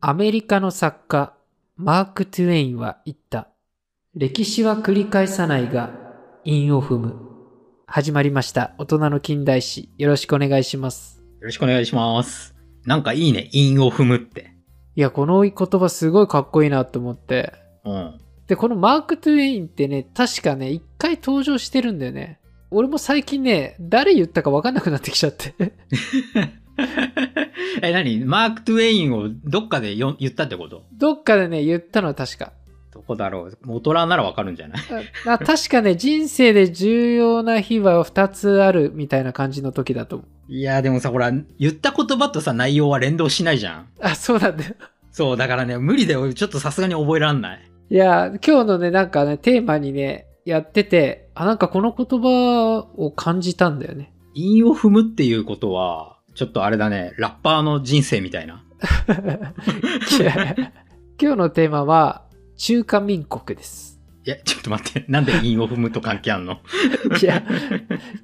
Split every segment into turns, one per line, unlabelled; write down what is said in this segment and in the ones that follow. アメリカの作家、マーク・トゥエインは言った。歴史は繰り返さないが、韻を踏む。始まりました。大人の近代史。よろしくお願いします。
よろしくお願いします。なんかいいね。韻を踏むって。
いや、この言葉すごいかっこいいなと思って。
うん。
で、このマーク・トゥエインってね、確かね、一回登場してるんだよね。俺も最近ね、誰言ったか分かんなくなってきちゃって。
え、何マーク・トゥエインをどっかでよ言ったってこと
どっかでね、言ったのは確か。
どこだろう大人ならわかるんじゃない
あ確かね、人生で重要な日は2つあるみたいな感じの時だと思
う。いや、でもさ、ほら、言った言葉とさ、内容は連動しないじゃん。
あ、そうなんだよ。
そう、だからね、無理だよ。ちょっとさすがに覚えらんない。
いや、今日のね、なんかね、テーマにね、やってて、あ、なんかこの言葉を感じたんだよね。
韻を踏むっていうことは、ちょっとあれだね、ラッパーの人生みたいな。
今日のテーマは、中華民国です。
いや、ちょっと待って、なんで韻を踏むと関係あんの
いや、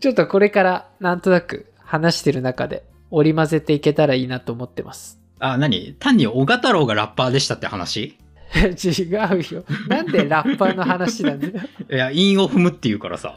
ちょっとこれからなんとなく話してる中で織り交ぜていけたらいいなと思ってます。
あ、何単に小太郎がラッパーでしたって話
違うよ。なんでラッパーの話なんだよ。
いや、韻を踏むって言うからさ。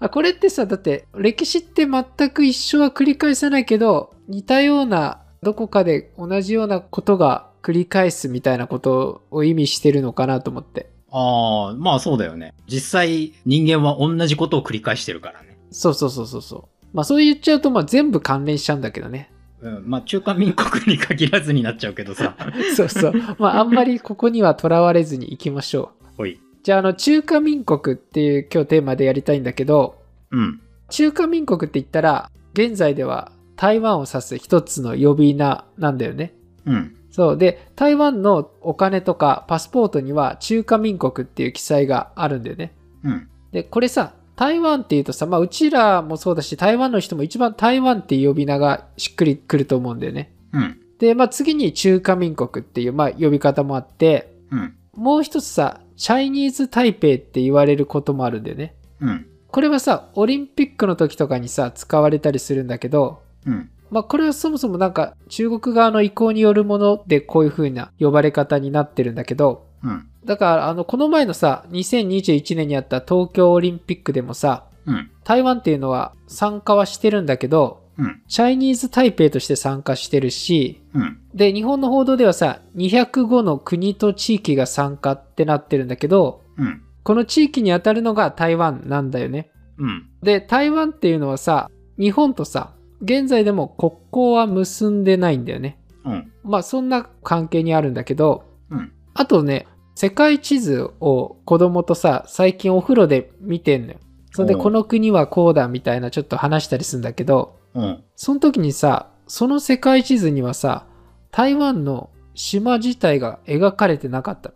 あこれってさ、だって歴史って全く一緒は繰り返さないけど、似たような、どこかで同じようなことが繰り返すみたいなことを意味してるのかなと思って。
ああ、まあそうだよね。実際人間は同じことを繰り返してるからね。
そうそうそうそうそう。まあそう言っちゃうとまあ全部関連しちゃうんだけどね。
うん、まあ中華民国に限らずになっちゃうけど さ。
そうそう。まああんまりここにはとらわれずに行きましょ
う。はい。
じゃああの中華民国っていう今日テーマでやりたいんだけど、
うん。
中華民国って言ったら現在では台湾を指す一つの呼び名なんだよね。
うん。
そう。で、台湾のお金とかパスポートには中華民国っていう記載があるんだよね。
うん。
で、これさ、台湾っていうとさ、まあ、うちらもそうだし、台湾の人も一番台湾っていう呼び名がしっくりくると思うんだよね。
うん。
で、まあ、次に中華民国っていう、まあ、呼び方もあって、
うん。
もう一つさ、チャイニーズ・台北って言われることもあるんだよね。
うん。
これはさ、オリンピックの時とかにさ、使われたりするんだけど、
うん。
まあ、これはそもそもなんか中国側の意向によるものでこういう風な呼ばれ方になってるんだけど、
うん、
だからあのこの前のさ2021年にあった東京オリンピックでもさ、
うん、
台湾っていうのは参加はしてるんだけど、
うん、
チャイニーズ・台北として参加してるし、
うん、
で日本の報道ではさ205の国と地域が参加ってなってるんだけど、
うん、
この地域にあたるのが台湾なんだよね。
うん、
で台湾っていうのはさ日本とさ現在でも国交は結んでないんだよね。
うん、
まあそんな関係にあるんだけど、
うん、
あとね世界地図を子供とさ最近お風呂で見てんのよ。それでこの国はこうだみたいなちょっと話したりするんだけど、
うん、
その時にさその世界地図にはさ台湾の島自体が描かれてなかった。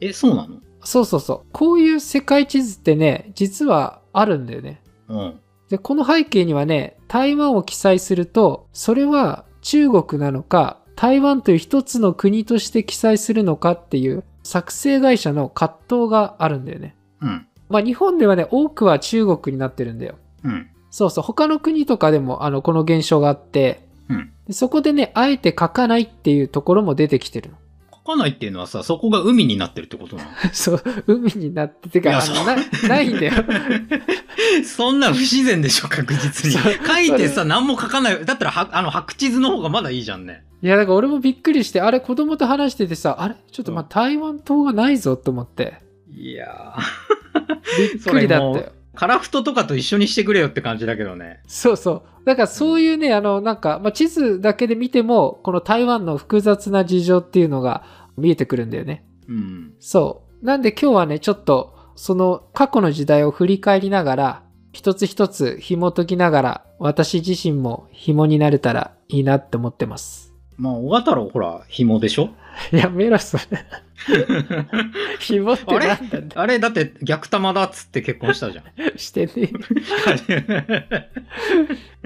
えそうなの
そうそうそう。こういう世界地図ってね実はあるんだよね。
うん、
で、この背景にはね、台湾を記載すると、それは中国なのか、台湾という一つの国として記載するのかっていう作成会社の葛藤があるんだよね。
うん。
まあ日本ではね、多くは中国になってるんだよ。
うん。
そうそう、他の国とかでもあの、この現象があって、
うん。
でそこでね、あえて書かないっていうところも出てきてるの。
書かないっていうのはさ、そこが海になってるって ことなの
そう、海になっててか、あのな、ないんだよ。
そんな不自然でしょ、確実に。書いてさ、何も書かない。だったらは、あの、白地図の方がまだいいじゃんね。
いや、だから俺もびっくりして、あれ、子供と話しててさ、あれ、ちょっとまあ、台湾島がないぞと思って。
いや
ー。びっくりだったよ。
カラフトとかと一緒にしてくれよって感じだけどね。
そうそう。だからそういうね、あの、なんか、まあ、地図だけで見ても、この台湾の複雑な事情っていうのが見えてくるんだよね。
うん。
そう。なんで今日はね、ちょっと、その過去の時代を振り返りながら、一つ一つ紐解きながら、私自身も紐になれたらいいなって思ってます。
まあ、小型郎ほら、紐でしょ
やめろ、それ。紐ってなんだ
あれあれ、だって逆玉だっつって結婚したじゃん。
して ね。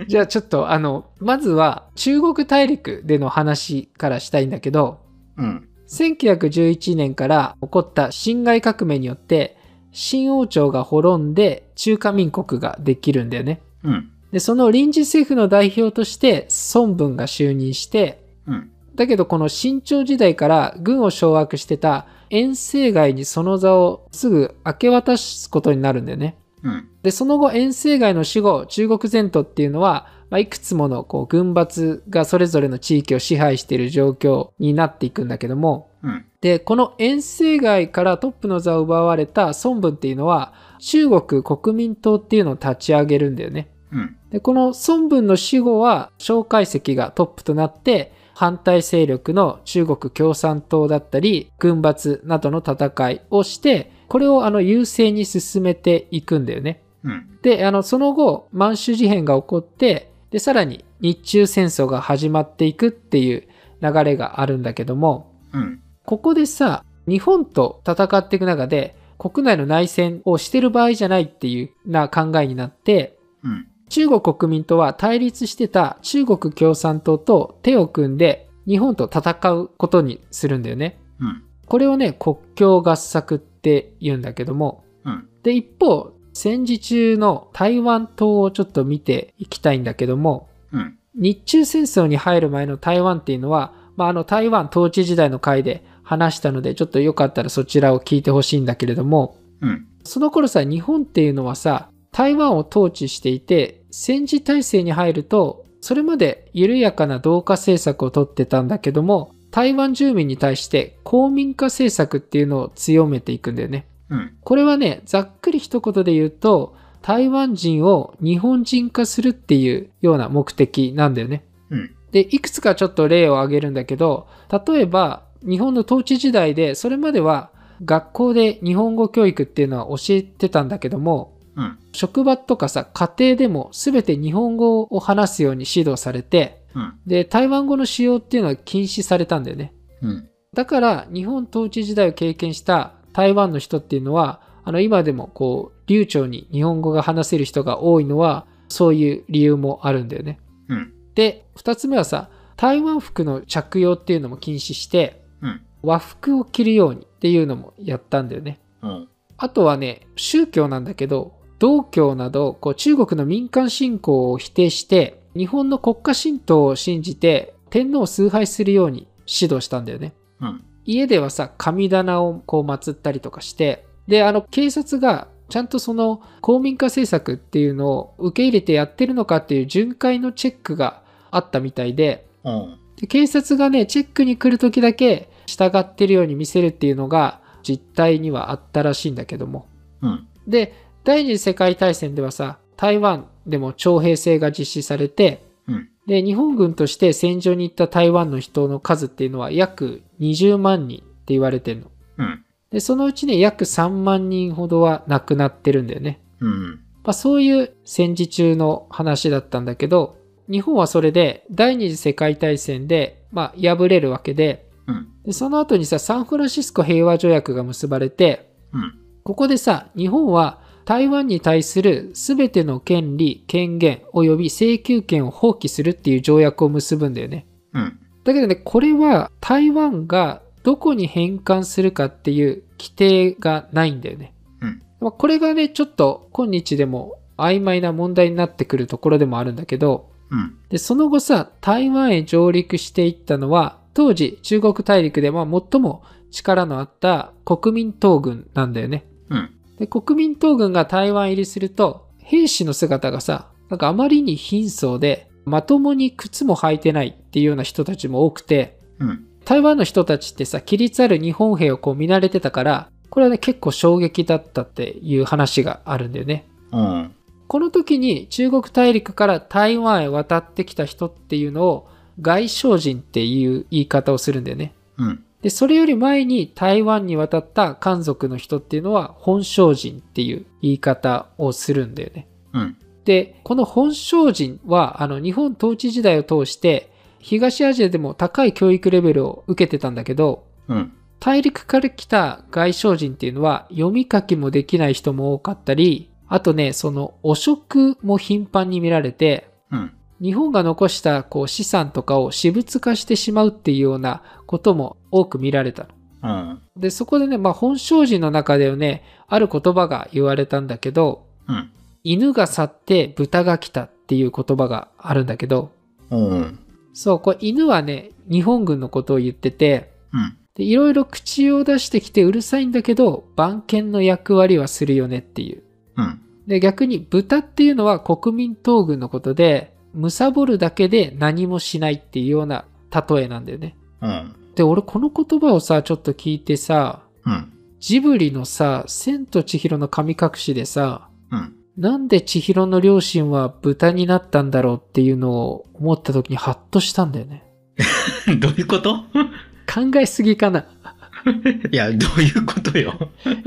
じゃあちょっと、あの、まずは中国大陸での話からしたいんだけど、
うん。
1911年から起こった辛亥革命によって、新王朝が滅んで中華民国ができるんだよね。
うん、
で、その臨時政府の代表として孫文が就任して、
うん、
だけどこの清朝時代から軍を掌握してた遠征街にその座をすぐ明け渡すことになるんだよね。
うん。
で、その後、遠征外の死後、中国全土っていうのは、まあ、いくつものこう軍閥がそれぞれの地域を支配している状況になっていくんだけども、
うん。
で、この遠征外からトップの座を奪われた孫文っていうのは、中国国民党っていうのを立ち上げるんだよね。
うん。
で、この孫文の死後は、蒋介石がトップとなって、反対勢力の中国共産党だったり、軍閥などの戦いをして、これをあの優勢に進めていくんだよね。
うん。
で、あの、その後、満州事変が起こって、で、さらに日中戦争が始まっていくっていう流れがあるんだけども、
うん。
ここでさ、日本と戦っていく中で、国内の内戦をしてる場合じゃないっていうな考えになって、
うん。
中国国民党は対立してた中国共産党と手を組んで、日本と戦うことにするんだよね。
うん。
これをね、国境合作って言うんだけども、
うん。
で、一方、戦時中の台湾島をちょっと見ていきたいんだけども、
うん。
日中戦争に入る前の台湾っていうのは、まあ、あの台湾統治時代の回で話したので、ちょっとよかったらそちらを聞いてほしいんだけれども、
うん。
その頃さ、日本っていうのはさ、台湾を統治していて、戦時体制に入ると、それまで緩やかな同化政策をとってたんだけども、台湾住民に対して公民化政策っていうのを強めていくんだよね。
うん。
これはね、ざっくり一言で言うと、台湾人を日本人化するっていうような目的なんだよね。
うん。
で、いくつかちょっと例を挙げるんだけど、例えば、日本の統治時代で、それまでは学校で日本語教育っていうのは教えてたんだけども、
うん。
職場とかさ、家庭でも全て日本語を話すように指導されて、
うん。
で、台湾語の使用っていうのは禁止されたんだよね。
うん。
だから日本統治時代を経験した台湾の人っていうのはあの今でもこう流暢に日本語が話せる人が多いのはそういう理由もあるんだよね。
うん
で2つ目はさ台湾服の着用っていうのも禁止して
うん。
和服を着るようにっていうのもやったんだよね。
うん。
あとはね宗教なんだけど道教などこう中国の民間信仰を否定して日本の国家神道を信じて天皇を崇拝するように指導したんだよね。
うん。
家ではさ神棚をこう祀ったりとかしてであの警察がちゃんとその公民化政策っていうのを受け入れてやってるのかっていう巡回のチェックがあったみたいで
うん。
で警察がねチェックに来る時だけ従ってるように見せるっていうのが実態にはあったらしいんだけども
うん。
で第二次世界大戦ではさ台湾でも徴兵制が実施されて
うん。
で日本軍として戦場に行った台湾の人の数っていうのは約20万人って言われてるの
うん。
で、そのうちね、約3万人ほどは亡くなってるんだよね。
うん。
まあ、そういう戦時中の話だったんだけど、日本はそれで第二次世界大戦で、まあ、敗れるわけで
うん。
で、その後にさ、サンフランシスコ平和条約が結ばれて、
うん。
ここでさ、日本は台湾に対する全ての権利、権限及び請求権を放棄するっていう条約を結ぶんだよね。
うん。
だけどね、これは台湾がどこに返還するかっていう規定がないんだよね。
うん
まあこれがね、ちょっと今日でも曖昧な問題になってくるところでもあるんだけど、
うん。
で、その後さ、台湾へ上陸していったのは、当時中国大陸でまあ最も力のあった国民党軍なんだよね。
うん。
で、国民党軍が台湾入りすると、兵士の姿がさ、なんかあまりに貧相で、まともに靴も履いてないっていうような人たちも多くて、
うん。
台湾の人たちってさ、規律ある日本兵をこう見慣れてたから、これはね、結構衝撃だったっていう話があるんだよね。
うん。
この時に中国大陸から台湾へ渡ってきた人っていうのを、外省人っていう言い方をするんだよね。
うん。
で、それより前に台湾に渡った漢族の人っていうのは本省人っていう言い方をするんだよね。
うん。
で、この本省人は、あの、日本統治時代を通して、東アジアでも高い教育レベルを受けてたんだけど、
うん。
大陸から来た外省人っていうのは読み書きもできない人も多かったり、あとね、その汚職も頻繁に見られて、
うん。
日本が残したこう資産とかを私物化してしまうっていうようなことも多く見られたの。
うん。
で、そこでね、まあ、本性人の中ではね、ある言葉が言われたんだけど、
うん。
犬が去って豚が来たっていう言葉があるんだけど、
うん。
そう、これ犬はね、日本軍のことを言ってて、
うん。
でいろいろ口を出してきてうるさいんだけど、番犬の役割はするよねっていう。
うん。
で、逆に豚っていうのは国民党軍のことで、貪るだけで何もしないっていうような例えなんだよね。
うん。
で、俺この言葉をさ、ちょっと聞いてさ、
うん。
ジブリのさ、千と千尋の神隠しでさ、
うん。
なんで千尋の両親は豚になったんだろうっていうのを思った時にハッとしたんだよね。
どういうこと
考えすぎかな。
いや、どういうことよ。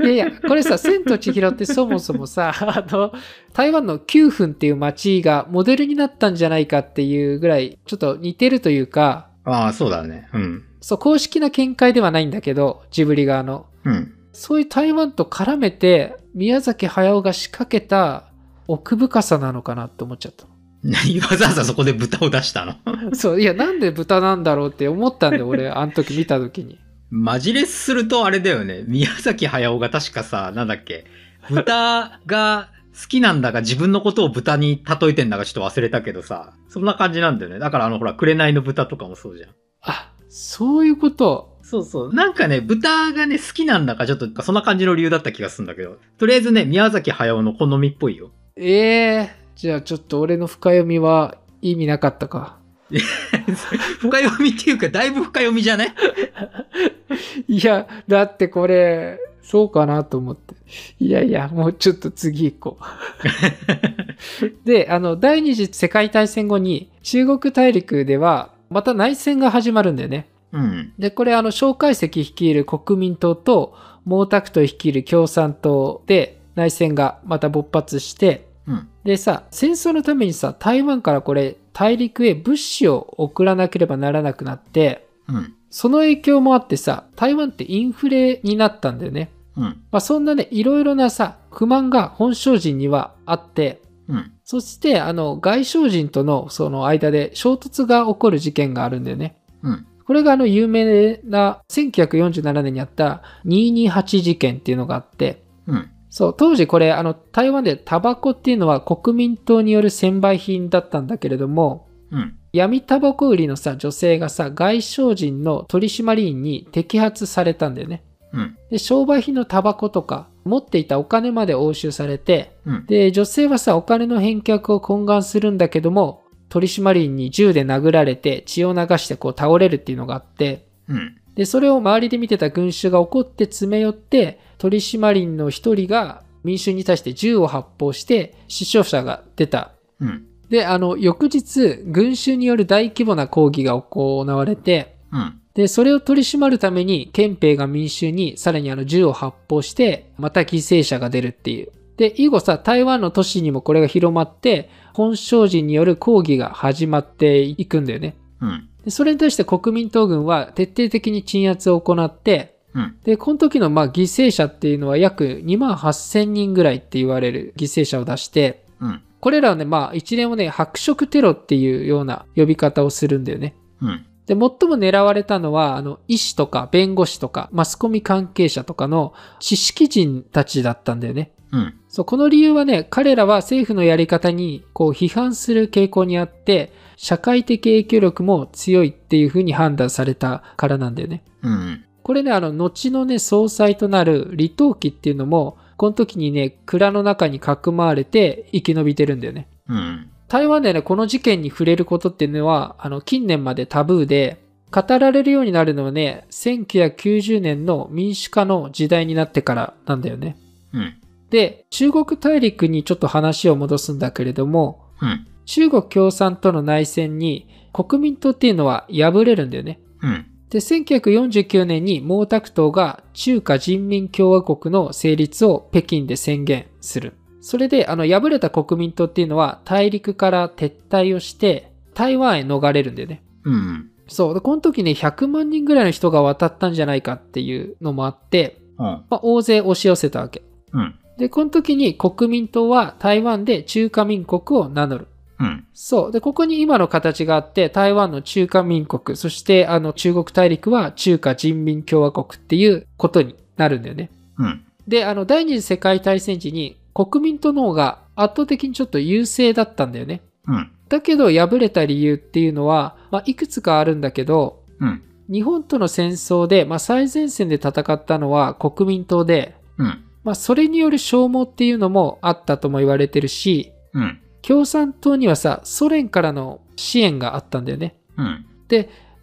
いやいや、これさ、千と千尋ってそもそもさ、 あの、台湾の九分っていう町がモデルになったんじゃないかっていうぐらい、ちょっと似てるというか、
ああ、そうだね。うん。
そう、公式な見解ではないんだけど、ジブリ側の。
うん。
そういう台湾と絡めて、宮崎駿が仕掛けた奥深さなのかなって思っちゃった。
何わざわざそこで豚を出したの
そう、いや、なんで豚なんだろうって思ったんで、俺、あの時見た時に。
マジレスするとあれだよね。宮崎駿が確かさ、なんだっけ。豚が好きなんだが自分のことを豚に例えてんだがちょっと忘れたけどさ。そんな感じなんだよね。だからあのほら、紅の豚とかもそうじゃん。
あ、そういうこと。
そうそう。なんかね、豚がね、好きなんだか、ちょっと、そんな感じの理由だった気がするんだけど。とりあえずね、宮崎駿の好みっぽいよ。
ええじゃあちょっと俺の深読みは意味なかったか。
深読みっていうか、だいぶ深読みじゃね
いや、だってこれ、そうかなと思って。いやいや、もうちょっと次行こう。で、あの、第二次世界大戦後に中国大陸ではまた内戦が始まるんだよね。
うん。
で、これあの、介石率いる国民党と毛沢東率いる共産党で内戦がまた勃発して、
うん。
でさ、戦争のためにさ、台湾からこれ、大陸へ物資を送らなければならなくなって、
うん。
その影響もあってさ、台湾ってインフレになったんだよね。
うん。
まあそんなね、いろいろなさ、不満が本省人にはあって、
うん。
そしてあの、外省人とのその間で衝突が起こる事件があるんだよね。
うん。
これがあの、有名な1947年にあった228事件っていうのがあって、
うん。
そう、当時これ、あの、台湾でタバコっていうのは国民党による専売品だったんだけれども、
うん。
闇タバコ売りのさ、女性がさ、外省人の取締員に摘発されたんだよね。
うん。
で、商売品のタバコとか、持っていたお金まで押収されて、
うん。
で、女性はさ、お金の返却を懇願するんだけども、取締員に銃で殴られて血を流してこう倒れるっていうのがあって、
うん。
で、それを周りで見てた群衆が怒って詰め寄って、取締りの一人が民衆に対して銃を発砲して死傷者が出た。
うん。
で、あの、翌日、群衆による大規模な抗議が行われて、
うん。
で、それを取り締まるために、憲兵が民衆にさらにあの銃を発砲して、また犠牲者が出るっていう。で、以後さ、台湾の都市にもこれが広まって、本省人による抗議が始まっていくんだよね。
うん。
でそれに対して国民党軍は徹底的に鎮圧を行って、
うん
で、この時のまあ犠牲者っていうのは約2万8000人ぐらいって言われる犠牲者を出して、
うん。
これらはね、まあ一連をね、白色テロっていうような呼び方をするんだよね。
うん。
で、最も狙われたのは、あの、医師とか弁護士とかマスコミ関係者とかの知識人たちだったんだよね。
うん。
そう、この理由はね、彼らは政府のやり方にこう批判する傾向にあって、社会的影響力も強いっていうふうに判断されたからなんだよね。
うん。
これね、あの、後のね、総裁となる李登輝っていうのも、この時にね、蔵の中にかくまわれて生き延びてるんだよね。
うん。
台湾でね、この事件に触れることっていうのは、あの、近年までタブーで、語られるようになるのはね、1990年の民主化の時代になってからなんだよね。
うん。
で、中国大陸にちょっと話を戻すんだけれども、
うん。
中国共産党の内戦に国民党っていうのは敗れるんだよね。
うん。
で、1949年に毛沢東が中華人民共和国の成立を北京で宣言する。それで、あの、敗れた国民党っていうのは大陸から撤退をして、台湾へ逃れるんだよね。
うん。
そう。で、この時ね、100万人ぐらいの人が渡ったんじゃないかっていうのもあって、
うん。
まあ、大勢押し寄せたわけ。
うん。
で、この時に国民党は台湾で中華民国を名乗る。
うん。
そう。で、ここに今の形があって、台湾の中華民国、そしてあの中国大陸は中華人民共和国っていうことになるんだよね。
うん。
で、あの、第二次世界大戦時に国民党の方が圧倒的にちょっと優勢だったんだよね。
うん。
だけど敗れた理由っていうのは、まあ、いくつかあるんだけど、
うん
日本との戦争で、まあ、最前線で戦ったのは国民党で、
うん。
まあ、それによる消耗っていうのもあったとも言われてるし、
うん。
共産党にはさ、ソ連からの支援があったんだよね。
うん。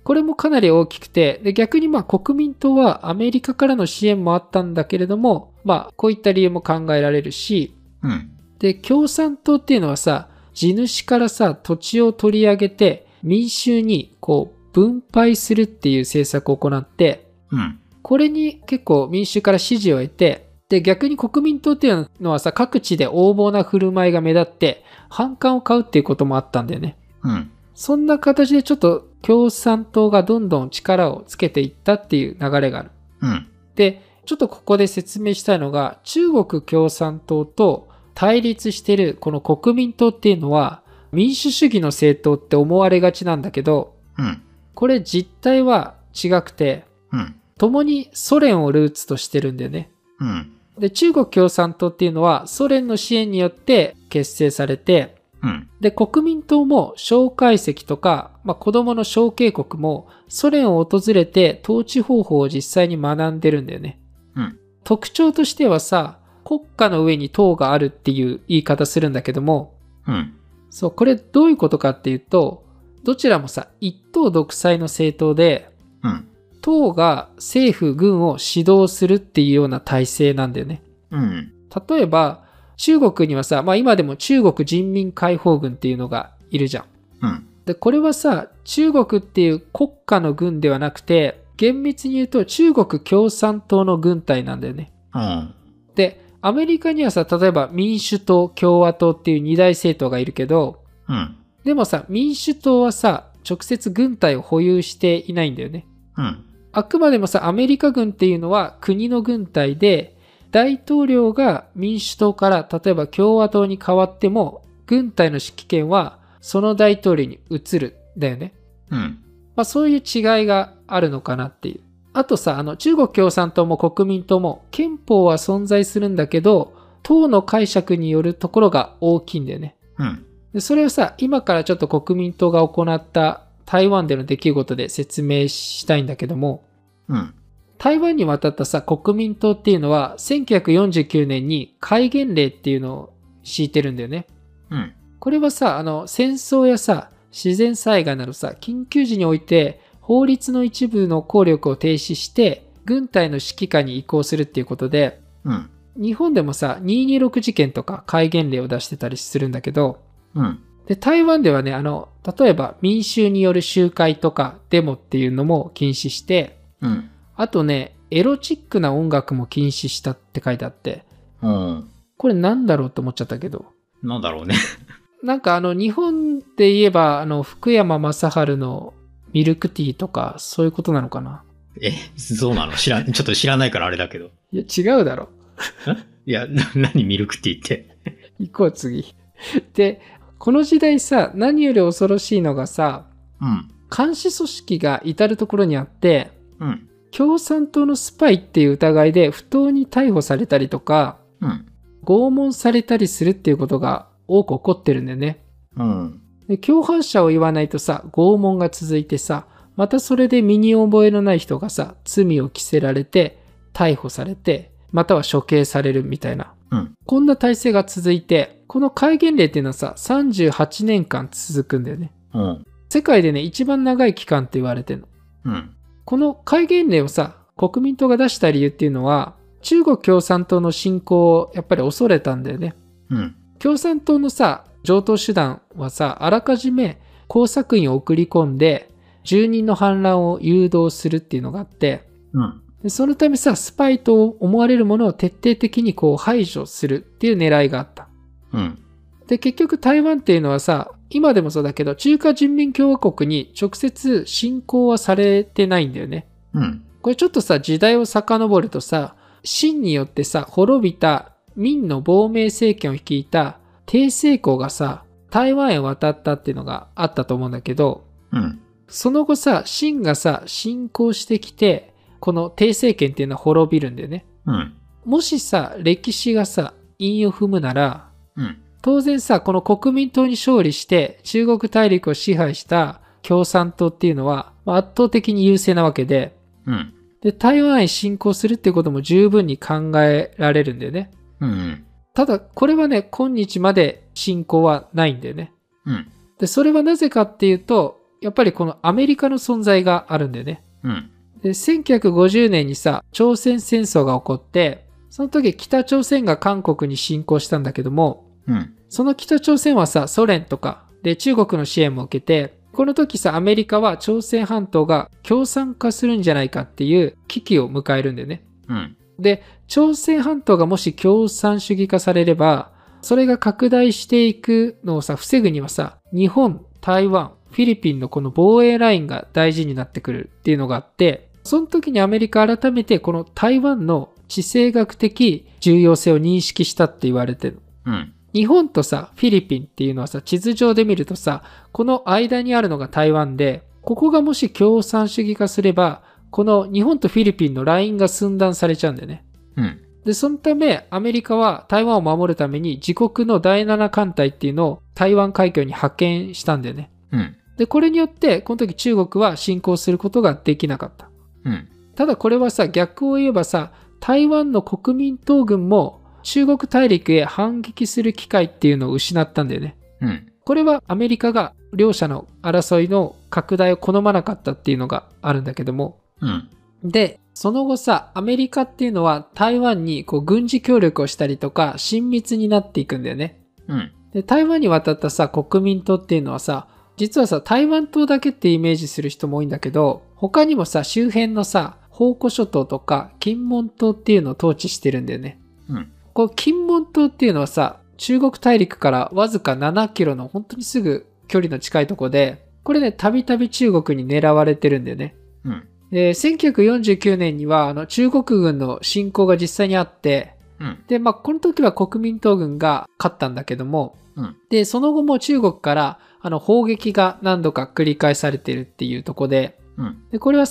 これもかなり大きくて、で逆にまあ国民党はアメリカからの支援もあったんだけれども、まあこういった理由も考えられるし、
うん。
で、共産党っていうのはさ、地主からさ、土地を取り上げて民衆にこう分配するっていう政策を行って、
うん。
これに結構民衆から支持を得て、で、逆に国民党っていうのはさ、各地で横暴な振る舞いが目立って、反感を買うっていうこともあったんだよね。
うん。
そんな形でちょっと共産党がどんどん力をつけていったっていう流れがある。
うん。
で、ちょっとここで説明したいのが、中国共産党と対立してるこの国民党っていうのは、民主主義の政党って思われがちなんだけど、
うん。
これ実態は違くて、
うん。
共にソ連をルーツとしてるんだよね。
うん。
で、中国共産党っていうのはソ連の支援によって結成されて、
うん。
で、国民党も蒋介石とか、まあ、子供の蒋介国もソ連を訪れて統治方法を実際に学んでるんだよね。
うん
特徴としてはさ、国家の上に党があるっていう言い方するんだけども、
うん。
そう、これどういうことかっていうと、どちらもさ、一党独裁の政党で、
うん。
党が政府軍を指導するっていうような体制なんだよね。
うん。
例えば、中国にはさ、まあ今でも中国人民解放軍っていうのがいるじゃん。
うん。
で、これはさ、中国っていう国家の軍ではなくて、厳密に言うと中国共産党の軍隊なんだよね。
うん。
で、アメリカにはさ、例えば民主党、共和党っていう二大政党がいるけど、
うん。
でもさ、民主党はさ、直接軍隊を保有していないんだよね。
うん。
あくまでもさ、アメリカ軍っていうのは国の軍隊で、大統領が民主党から例えば共和党に変わっても、軍隊の指揮権はその大統領に移るんだよね。
うん。
まあ、そういう違いがあるのかなっていう。あとさ、あの中国共産党も国民党も憲法は存在するんだけど、党の解釈によるところが大きいんだよね。
うん。
でそれをさ、今からちょっと国民党が行った台湾での出来事で説明したいんだけども、
うん。
台湾に渡ったさ、国民党っていうのは1949年に戒厳令っていうのを敷いてるんだよね。
うん。
これはさ、あの、戦争やさ、自然災害などさ、緊急時において、法律の一部の効力を停止して、軍隊の指揮下に移行するっていうことで、
うん。
日本でもさ、226事件とか戒厳令を出してたりするんだけど、
うん。
で、台湾ではね、あの、例えば民衆による集会とかデモっていうのも禁止して、
うん。
あとね、エロチックな音楽も禁止したって書いてあって、
うん。
これなんだろうって思っちゃったけど、
なんだろうね。
なんかあの日本で言えばあの福山雅治のミルクティーとかそういうことなのかな
え、そうなの知らん、ちょっと知らないからあれだけど。
いや違うだろ
いや、な、何ミルクティーって。
行こう次 でこの時代さ何より恐ろしいのがさ
うん。
監視組織が至る所にあって
うん。
共産党のスパイっていう疑いで不当に逮捕されたりとか
うん。
拷問されたりするっていうことが多く起こってるんだよね
うん。
で共犯者を言わないとさ拷問が続いてさまたそれで身に覚えのない人がさ罪を着せられて逮捕されてまたは処刑されるみたいな、
うん
こんな体制が続いてこの戒厳令っていうのはさ38年間続くんだよね
うん。
世界でね一番長い期間って言われてるの
うん。
この戒厳令をさ国民党が出した理由っていうのは中国共産党の侵攻をやっぱり恐れたんだよね
うん。
共産党のさ上等手段はさあらかじめ工作員を送り込んで住人の反乱を誘導するっていうのがあって
うん。
でそのためさスパイと思われるものを徹底的にこう排除するっていう狙いがあった
うん。
で結局台湾っていうのはさ今でもそうだけど中華人民共和国に直接侵攻はされてないんだよね
うん。
これちょっとさ、時代を遡るとさ、清によってさ、滅びた明の亡命政権を率いた帝政公がさ、台湾へ渡ったっていうのがあったと思うんだけど、
うん。
その後さ、清がさ、侵攻してきて、この帝政権っていうのは滅びるんだよね。
うん。
もしさ、歴史がさ、韻を踏むなら、
うん。
当然さ、この国民党に勝利して中国大陸を支配した共産党っていうのはまあ圧倒的に優勢なわけで、
うん。
で、台湾へ侵攻するってことも十分に考えられるんだよね。
うんうん。
ただ、これはね、今日まで侵攻はないんだよね。
うん。
で、それはなぜかっていうと、やっぱりこのアメリカの存在があるんだよね。
うん。
で、1950年にさ、朝鮮戦争が起こって、その時北朝鮮が韓国に侵攻したんだけども、
うん。
その北朝鮮はさ、ソ連とか、で、中国の支援も受けて、この時さ、アメリカは朝鮮半島が共産化するんじゃないかっていう危機を迎えるんだよね。
うん。
で、朝鮮半島がもし共産主義化されれば、それが拡大していくのをさ、防ぐにはさ、日本、台湾、フィリピンのこの防衛ラインが大事になってくるっていうのがあって、その時にアメリカ改めてこの台湾の地政学的重要性を認識したって言われてる。
うん。
日本とさ、フィリピンっていうのはさ、地図上で見るとさ、この間にあるのが台湾で、ここがもし共産主義化すれば、この日本とフィリピンのラインが寸断されちゃうんだよね。
うん。
で、そのため、アメリカは台湾を守るために自国の第7艦隊っていうのを台湾海峡に派遣したんだよね。
うん。
で、これによって、この時中国は侵攻することができなかった。
うん。
ただこれはさ、逆を言えばさ、台湾の国民党軍も中国大陸へ反撃する機会っていうのを失ったんだよね。
うん。
これはアメリカが両者の争いの拡大を好まなかったっていうのがあるんだけども。
うん。
で、その後さ、アメリカっていうのは台湾にこう軍事協力をしたりとか親密になっていくんだよね。
うん。
で、台湾に渡ったさ、国民党っていうのはさ、実はさ、台湾島だけってイメージする人も多いんだけど、他にもさ、周辺のさ、宝庫諸島とか、金門島っていうのを統治してるんだよね。
うん。
こう、金門島っていうのはさ、中国大陸からわずか7キロの本当にすぐ距離の近いとこで、これね、たびたび中国に狙われてるんだよね。
うん。
で、1949年には、あの、中国軍の侵攻が実際にあって、
うん。
で、まあ、この時は国民党軍が勝ったんだけども、
うん
で、その後も中国から、あの、砲撃が何度か繰り返されてるっていうとこで、
うん。
で、これは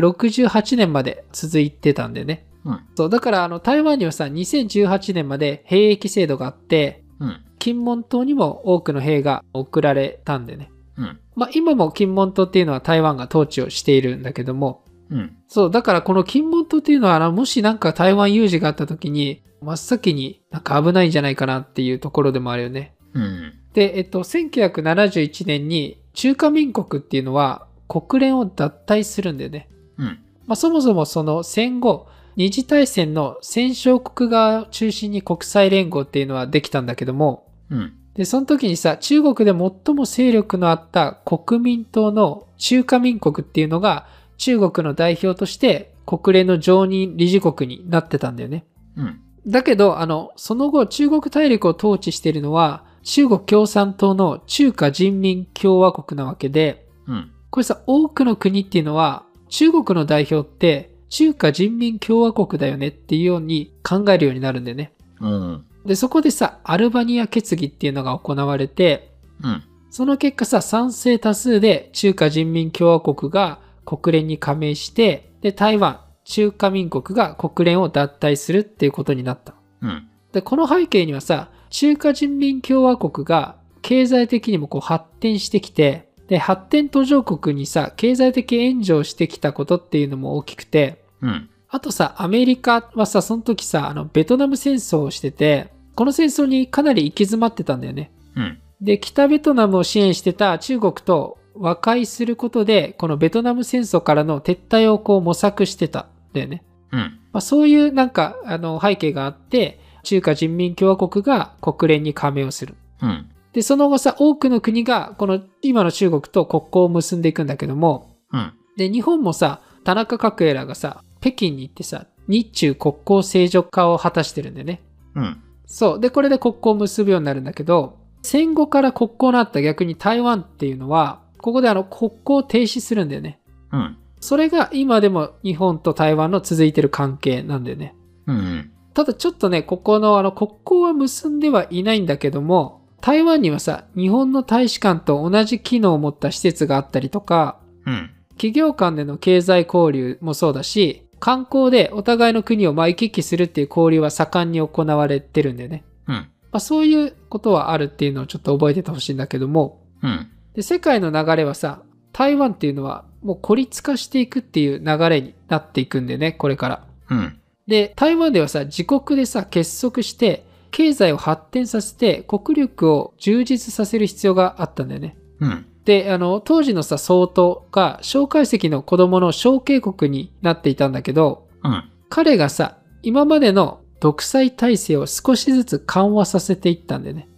1968年まで続いてたんでね。
うん。
そう、だから、あの、台湾にはさ、2018年まで兵役制度があって、
うん。
金門島にも多くの兵が送られたんでね。
うん。
まあ、今も金門島っていうのは台湾が統治をしているんだけども、
うん。
そう、だからこの金門島っていうのは、あのもしなんか台湾有事があった時に、真っ先になんか危ないんじゃないかなっていうところでもあるよね。
うん。
で、えっと、1971年に中華民国っていうのは国連を脱退するんだよね。
うん。
まあ、そもそもその戦後、二次大戦の戦勝国側を中心に国際連合っていうのはできたんだけども、
うん。
で、その時にさ、中国で最も勢力のあった国民党の中華民国っていうのが中国の代表として国連の常任理事国になってたんだよね。
うん。
だけど、あの、その後中国大陸を統治しているのは中国共産党の中華人民共和国なわけで、
うん。
これさ、多くの国っていうのは中国の代表って中華人民共和国だよねっていうように考えるようになるんだよね。
うん。
で、そこでさ、アルバニア決議っていうのが行われて、
うん。
その結果さ、賛成多数で中華人民共和国が国連に加盟して、で、台湾、中華民国が国連を脱退するっていうことになった。
うん。
で、この背景にはさ、中華人民共和国が経済的にもこう発展してきて、で、発展途上国にさ、経済的援助をしてきたことっていうのも大きくて、
うん。
あとさ、アメリカはさ、その時さ、あの、ベトナム戦争をしてて、この戦争にかなり行き詰まってたんだよね。
うん。
で、北ベトナムを支援してた中国と和解することで、このベトナム戦争からの撤退をこう模索してたんだよね。
うん。
まあ、そういうなんか、あの、背景があって、中華人民共和国が国連に加盟をする。
うん。
で、その後さ、多くの国が、この今の中国と国交を結んでいくんだけども、
うん。
で、日本もさ、田中角栄らがさ、北京に行ってさ、日中国交正常化を果たしてるんだよね。
うん。
そう。で、これで国交を結ぶようになるんだけど、戦後から国交のあった逆に台湾っていうのは、ここであの国交を停止するんだよね。
うん。
それが今でも日本と台湾の続いてる関係なんだよね。
うん。
ただちょっとね、ここのあの国交は結んではいないんだけども、台湾にはさ、日本の大使館と同じ機能を持った施設があったりとか、
うん。
企業間での経済交流もそうだし、観光でお互いの国をまあ行き来するっていう交流は盛んに行われてるんだよね。
うん。
まあ、そういうこことはあるっていうのをちょっと覚えててほしいんだけども、
うん。
で、世界の流れはさ、台湾っていうのはもう孤立化していくっていう流れになっていくんでね、これから。
うん。
で、台湾ではさ、自国でさ、結束して、経済を発展させて、国力を充実させる必要があったんだよね。
うん。
で、あの、当時のさ、総統が、蒋介石の子供の小渓国になっていたんだけど、
うん。
彼がさ、今までの独裁体制を少しずつ緩和させていったんだよね。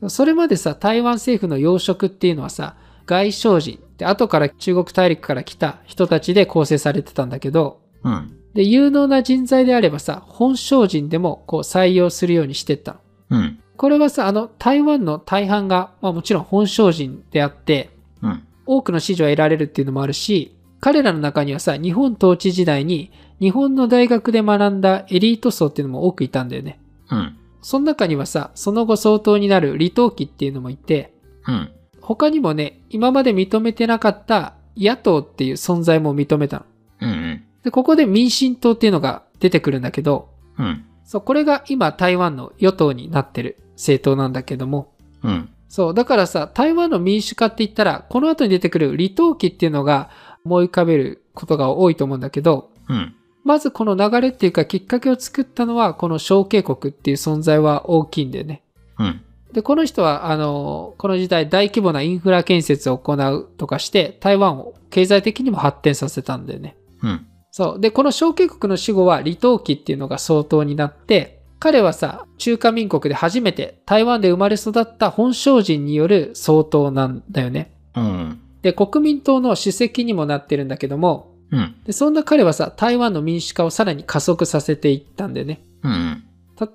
うん。
それまでさ、台湾政府の要職っていうのはさ、外省人で、後から中国大陸から来た人たちで構成されてたんだけど、
うん。
で、有能な人材であればさ、本省人でもこう採用するようにしてったの。
うん。
これはさ、あの、台湾の大半が、まあもちろん本省人であって、
うん。
多くの支持を得られるっていうのもあるし、彼らの中にはさ、日本統治時代に日本の大学で学んだエリート層っていうのも多くいたんだよね。
うん。
その中にはさ、その後相当になる李登輝っていうのもいて、
うん。
他にもね、今まで認めてなかった野党っていう存在も認めたの。
うん。
で、ここで民進党っていうのが出てくるんだけど、
うん。
そう、これが今台湾の与党になってる政党なんだけども、
うん。
そう、だからさ、台湾の民主化って言ったら、この後に出てくる李登輝っていうのが思い浮かべることが多いと思うんだけど、
うん。
まずこの流れっていうかきっかけを作ったのは、この小渓国っていう存在は大きいんだよね。
うん。
で、この人は、あの、この時代大規模なインフラ建設を行うとかして、台湾を経済的にも発展させたんだよね。
うん。
そう。で、この小渓国の死後は李登輝っていうのが総統になって、彼はさ、中華民国で初めて台湾で生まれ育った本省人による総統なんだよね。
うん。
で、国民党の主席にもなってるんだけども、
うん。
でそんな彼はさ、台湾の民主化をさらに加速させていったんだよね。
うん。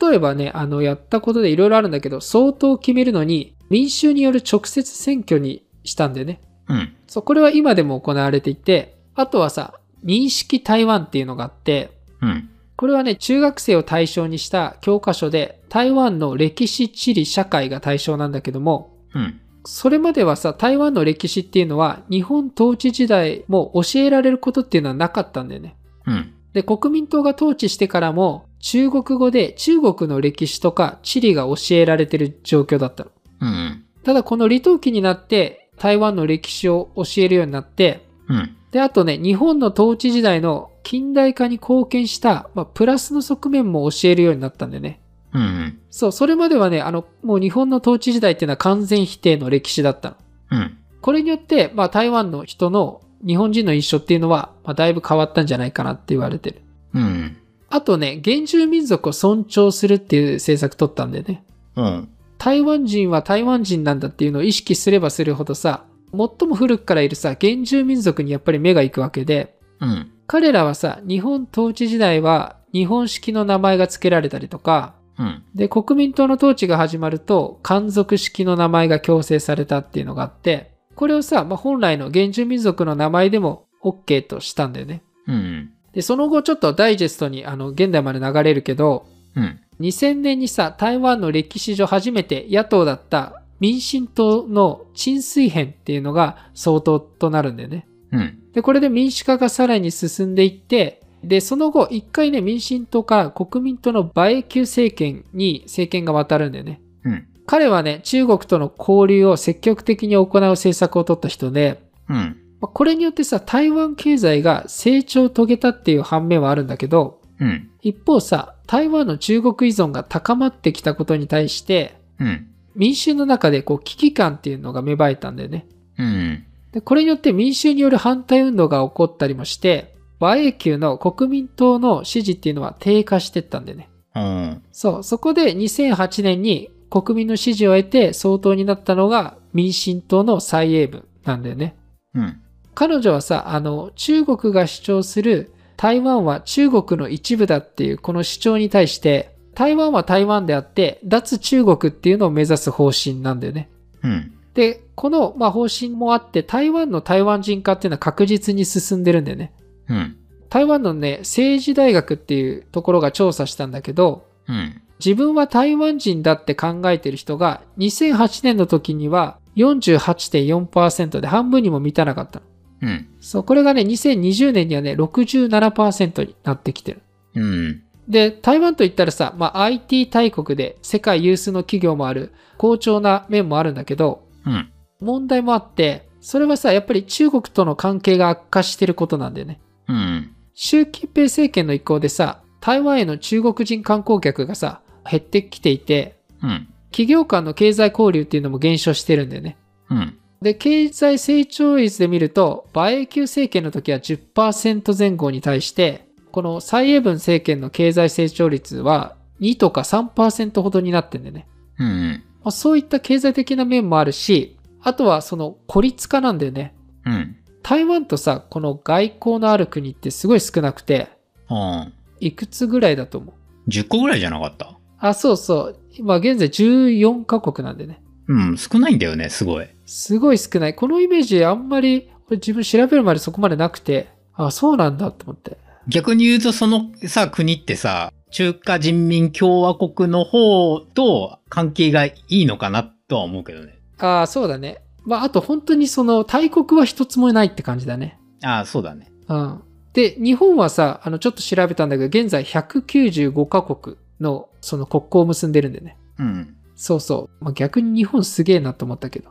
例えばね、あの、やったことでいろいろあるんだけど、総統を決めるのに、民衆による直接選挙にしたんだよね。
うん。
そう、これは今でも行われていて、あとはさ、認識台湾っていうのがあって、
うん。
これはね、中学生を対象にした教科書で、台湾の歴史、地理、社会が対象なんだけども、
うん。
それまではさ、台湾の歴史っていうのは、日本統治時代も教えられることっていうのはなかったんだよね。
うん。
で、国民党が統治してからも、中国語で中国の歴史とか地理が教えられてる状況だったの。
うん。
ただ、この李登輝になって、台湾の歴史を教えるようになって、
うん。
で、あとね、日本の統治時代の近代化に貢献した、まあ、プラスの側面も教えるようになったんでね。
うん。
そう、それまではね、あの、もう日本の統治時代っていうのは完全否定の歴史だったの。
うん。
これによって、まあ、台湾の人の日本人の印象っていうのは、まあ、だいぶ変わったんじゃないかなって言われてる。
うん。
あとね、原住民族を尊重するっていう政策取ったんでね。
うん。
台湾人は台湾人なんだっていうのを意識すればするほどさ、最も古くからいるさ、原住民族にやっぱり目が行くわけで、
うん。
彼らはさ、日本統治時代は日本式の名前が付けられたりとか、
うん。
で、国民党の統治が始まると、漢族式の名前が強制されたっていうのがあって、これをさ、まあ、本来の原住民族の名前でも OK としたんだよね。
うん。
で、その後ちょっとダイジェストに、あの、現代まで流れるけど、
うん。
2000年にさ、台湾の歴史上初めて野党だった民進党の陳水編っていうのが総統となるんだよね。
うん。
で、これで民主化がさらに進んでいって、で、その後、一回ね、民進党から国民党の馬英九政権に政権が渡るんだよね。
うん。
彼はね、中国との交流を積極的に行う政策を取った人で、
うん。
まあこれによってさ、台湾経済が成長を遂げたっていう反面はあるんだけど、
うん。
一方さ、台湾の中国依存が高まってきたことに対して、
うん。
民衆の中でこう危機感っていうのが芽生えたんだよね。
うん。
でこれによって民衆による反対運動が起こったりもして、馬英九の国民党の支持っていうのは低下してったんでね。
うん。
そう、そこで2008年に国民の支持を得て総統になったのが民進党の蔡英文なんだよね。
うん。
彼女はさ、あの、中国が主張する台湾は中国の一部だっていうこの主張に対して、台湾は台湾であって、脱中国っていうのを目指す方針なんだよね。
うん。
で、この、まあ、方針もあって、台湾の台湾人化っていうのは確実に進んでるんだよね。
うん。
台湾のね、政治大学っていうところが調査したんだけど、
うん。
自分は台湾人だって考えてる人が、2008年の時には48.4%で半分にも満たなかったの。
うん。
そう、これがね、2020年にはね、67%になってきてる。
うん。
で、台湾といったらさ、まあ、IT 大国で世界有数の企業もある、好調な面もあるんだけど、
うん。
問題もあって、それはさ、やっぱり中国との関係が悪化してることなんだよね。
うん。
習近平政権の意向でさ、台湾への中国人観光客がさ、減ってきていて、
うん。
企業間の経済交流っていうのも減少してるんだよね。
うん。
で、経済成長率で見ると、馬英九政権の時は10%前後に対して、この蔡英文政権の経済成長率は2とか3%ほどになってんだよね。
うん。
まあ、そういった経済的な面もあるし、あとはその孤立化なんだよね。
うん。
台湾とさ、この外交のある国ってすごい少なくて、
うん。
いくつぐらいだと思う
10個ぐらいじゃなかった
あ、そうそう。今現在14カ国なんでね。
うん。少ないんだよね、すごい。
すごい少ない。このイメージあんまり、これ自分調べるまでそこまでなくて、あ、そうなんだと思って。
逆に言うと、そのさ、国ってさ、中華人民共和国の方と関係がいいのかなとは思うけどね。
ああ、そうだね。まあ、あと本当にその大国は一つもないって感じだね。
ああ、そうだね。
うん。で、日本はさ、あの、ちょっと調べたんだけど、現在195カ国のその国交を結んでるんでね。
うん。
そうそう。まあ、逆に日本すげえなと思ったけど。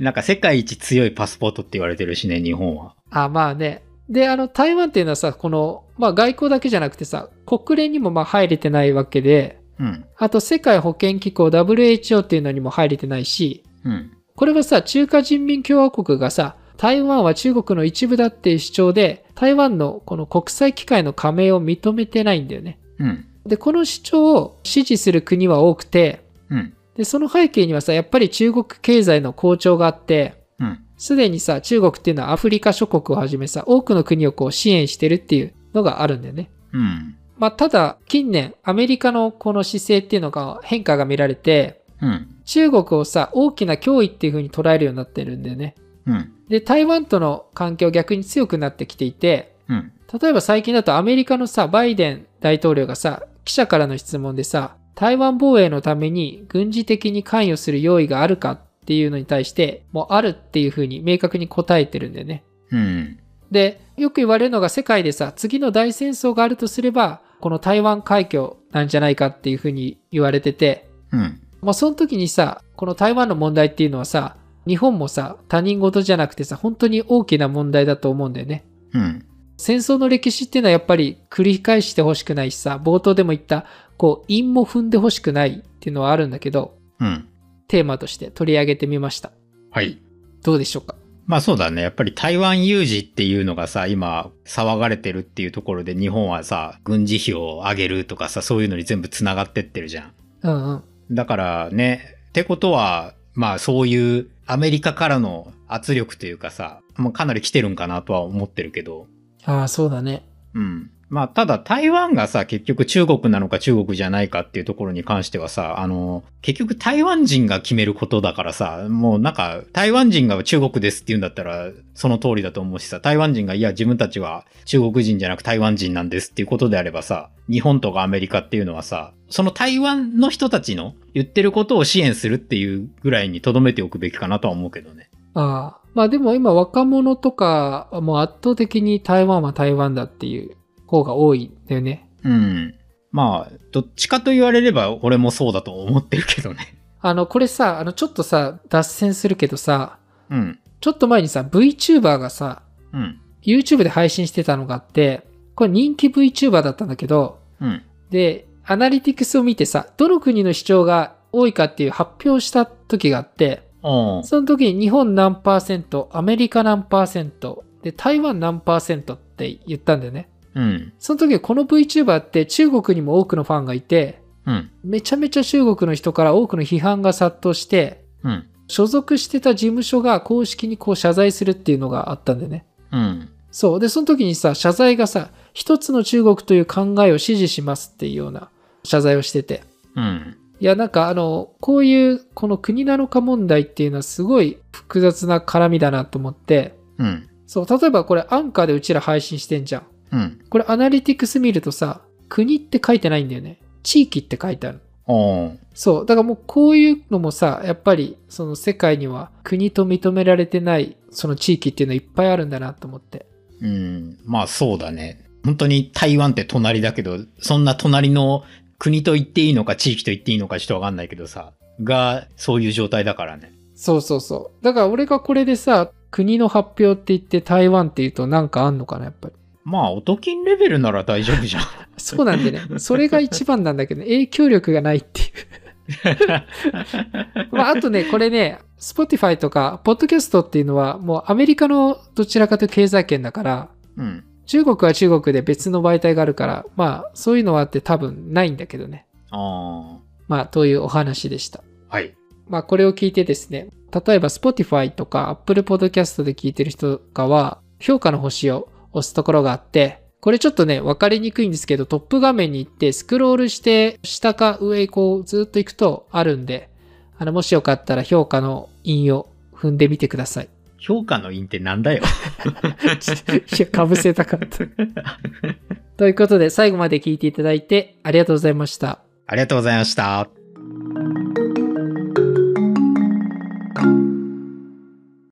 なんか世界一強いパスポートって言われてるしね、日本は。
あまあね。で、あの、台湾っていうのはさ、この、まあ、外交だけじゃなくてさ、国連にもまあ入れてないわけで、
うん。
あと世界保健機構 WHO っていうのにも入れてないし、
うん。
これはさ、中華人民共和国がさ、台湾は中国の一部だっていう主張で、台湾のこの国際機会の加盟を認めてないんだよね。
うん。
で、この主張を支持する国は多くて、
うん。
で、その背景にはさ、やっぱり中国経済の好調があって、
うん。
すでにさ、中国っていうのはアフリカ諸国をはじめさ、多くの国をこう支援してるっていうのがあるんだよね。
うん。
まあ、ただ、近年、アメリカのこの姿勢っていうのが変化が見られて、
うん。
中国をさ、大きな脅威っていう風に捉えるようになってるんだよね。
うん。
で、台湾との関係を逆に強くなってきていて、
うん。
例えば最近だとアメリカのさ、バイデン大統領がさ、記者からの質問でさ、台湾防衛のために軍事的に関与する用意があるかっていうのに対して、もうあるっていうふうに明確に答えてるんだよね。
うん。
で、よく言われるのが世界でさ、次の大戦争があるとすれば、この台湾海峡なんじゃないかっていうふうに言われてて、
うん。
まあ、その時にさ、この台湾の問題っていうのはさ、日本もさ、他人事じゃなくてさ、本当に大きな問題だと思うんだよね。
うん。
戦争の歴史っていうのはやっぱり繰り返してほしくないしさ、冒頭でも言った、こう、陰も踏んでほしくないっていうのはあるんだけど、
うん。
テーマとして取り上げてみました。
はい。
どうでしょうか
まあそうだね。やっぱり台湾有事っていうのがさ、今騒がれてるっていうところで日本はさ、軍事費を上げるとかさ、そういうのに全部繋がってってるじゃん。
うんうん。
だからね、ってことは、まあそういうアメリカからの圧力というかさ、まあ、かなり来てるんかなとは思ってるけど、
ああ、そうだね。
うん。まあ、ただ台湾がさ、結局中国なのか中国じゃないかっていうところに関してはさ、あの、結局台湾人が決めることだからさ、もうなんか、台湾人が中国ですって言うんだったら、その通りだと思うしさ、台湾人が、いや、自分たちは中国人じゃなく台湾人なんですっていうことであればさ、日本とかアメリカっていうのはさ、その台湾の人たちの言ってることを支援するっていうぐらいに留めておくべきかなとは思うけどね。
ああ。まあでも今若者とか、もう圧倒的に台湾は台湾だっていう方が多いんだよね。
うん。まあ、どっちかと言われれば俺もそうだと思ってるけどね。
あの、これさ、あの、ちょっとさ、脱線するけどさ、
うん。
ちょっと前にさ、VTuber がさ、
うん。
YouTube で配信してたのがあって、これ人気 VTuber だったんだけど、
うん。
で、アナリティクスを見てさ、どの国の主張が多いかっていう発表した時があって、
おー
その時に日本何パーセント、アメリカ何パーセント、で、台湾何パーセントって言ったんだよね。
うん。
その時はこの VTuber って中国にも多くのファンがいて、
うん。
めちゃめちゃ中国の人から多くの批判が殺到して、
うん。
所属してた事務所が公式にこう謝罪するっていうのがあったんだよね。
うん。
そう。で、その時にさ、謝罪がさ、一つの中国という考えを支持しますっていうような謝罪をしてて。
うん。
いや、なんかあの、こういう、この国なのか問題っていうのはすごい複雑な絡みだなと思って。
うん。
そう、例えばこれアンカーでうちら配信してんじゃん。
うん。
これアナリティクス見るとさ、国って書いてないんだよね。地域って書いてある。
おー
そう。だからもうこういうのもさ、やっぱりその世界には国と認められてないその地域っていうのいっぱいあるんだなと思って。
うん。まあそうだね。本当に台湾って隣だけど、そんな隣の国と言っていいのか地域と言っていいのかちょっとわかんないけどさ、が、そういう状態だからね。
そうそうそう。だから俺がこれでさ、国の発表って言って台湾って言うとなんかあんのかな、やっぱり。
まあ、音金レベルなら大丈夫じゃん。
そうなんでね。それが一番なんだけど、ね、影響力がないっていう。まあ、あとね、これね、Spotify とか、ポッドキャストっていうのは、もうアメリカのどちらかというと経済圏だから、
うん。
中国は中国で別の媒体があるから、まあ、そういうのはあって多分ないんだけどね。
あ
まあ、というお話でした。
あ。はい。
まあ、これを聞いてですね、例えば Spotify とか Apple Podcast で聞いてる人とかは、評価の星を押すところがあって、これちょっとね、わかりにくいんですけど、トップ画面に行って、スクロールして、下か上へこう、ずっと行くとあるんで、あの、もしよかったら評価の印を踏んでみてください。
評価の因ってなんだよ。
ちょっといや、かぶせたかった。ということで、最後まで聞いていただいて、ありがとうございました。
ありがとうございました。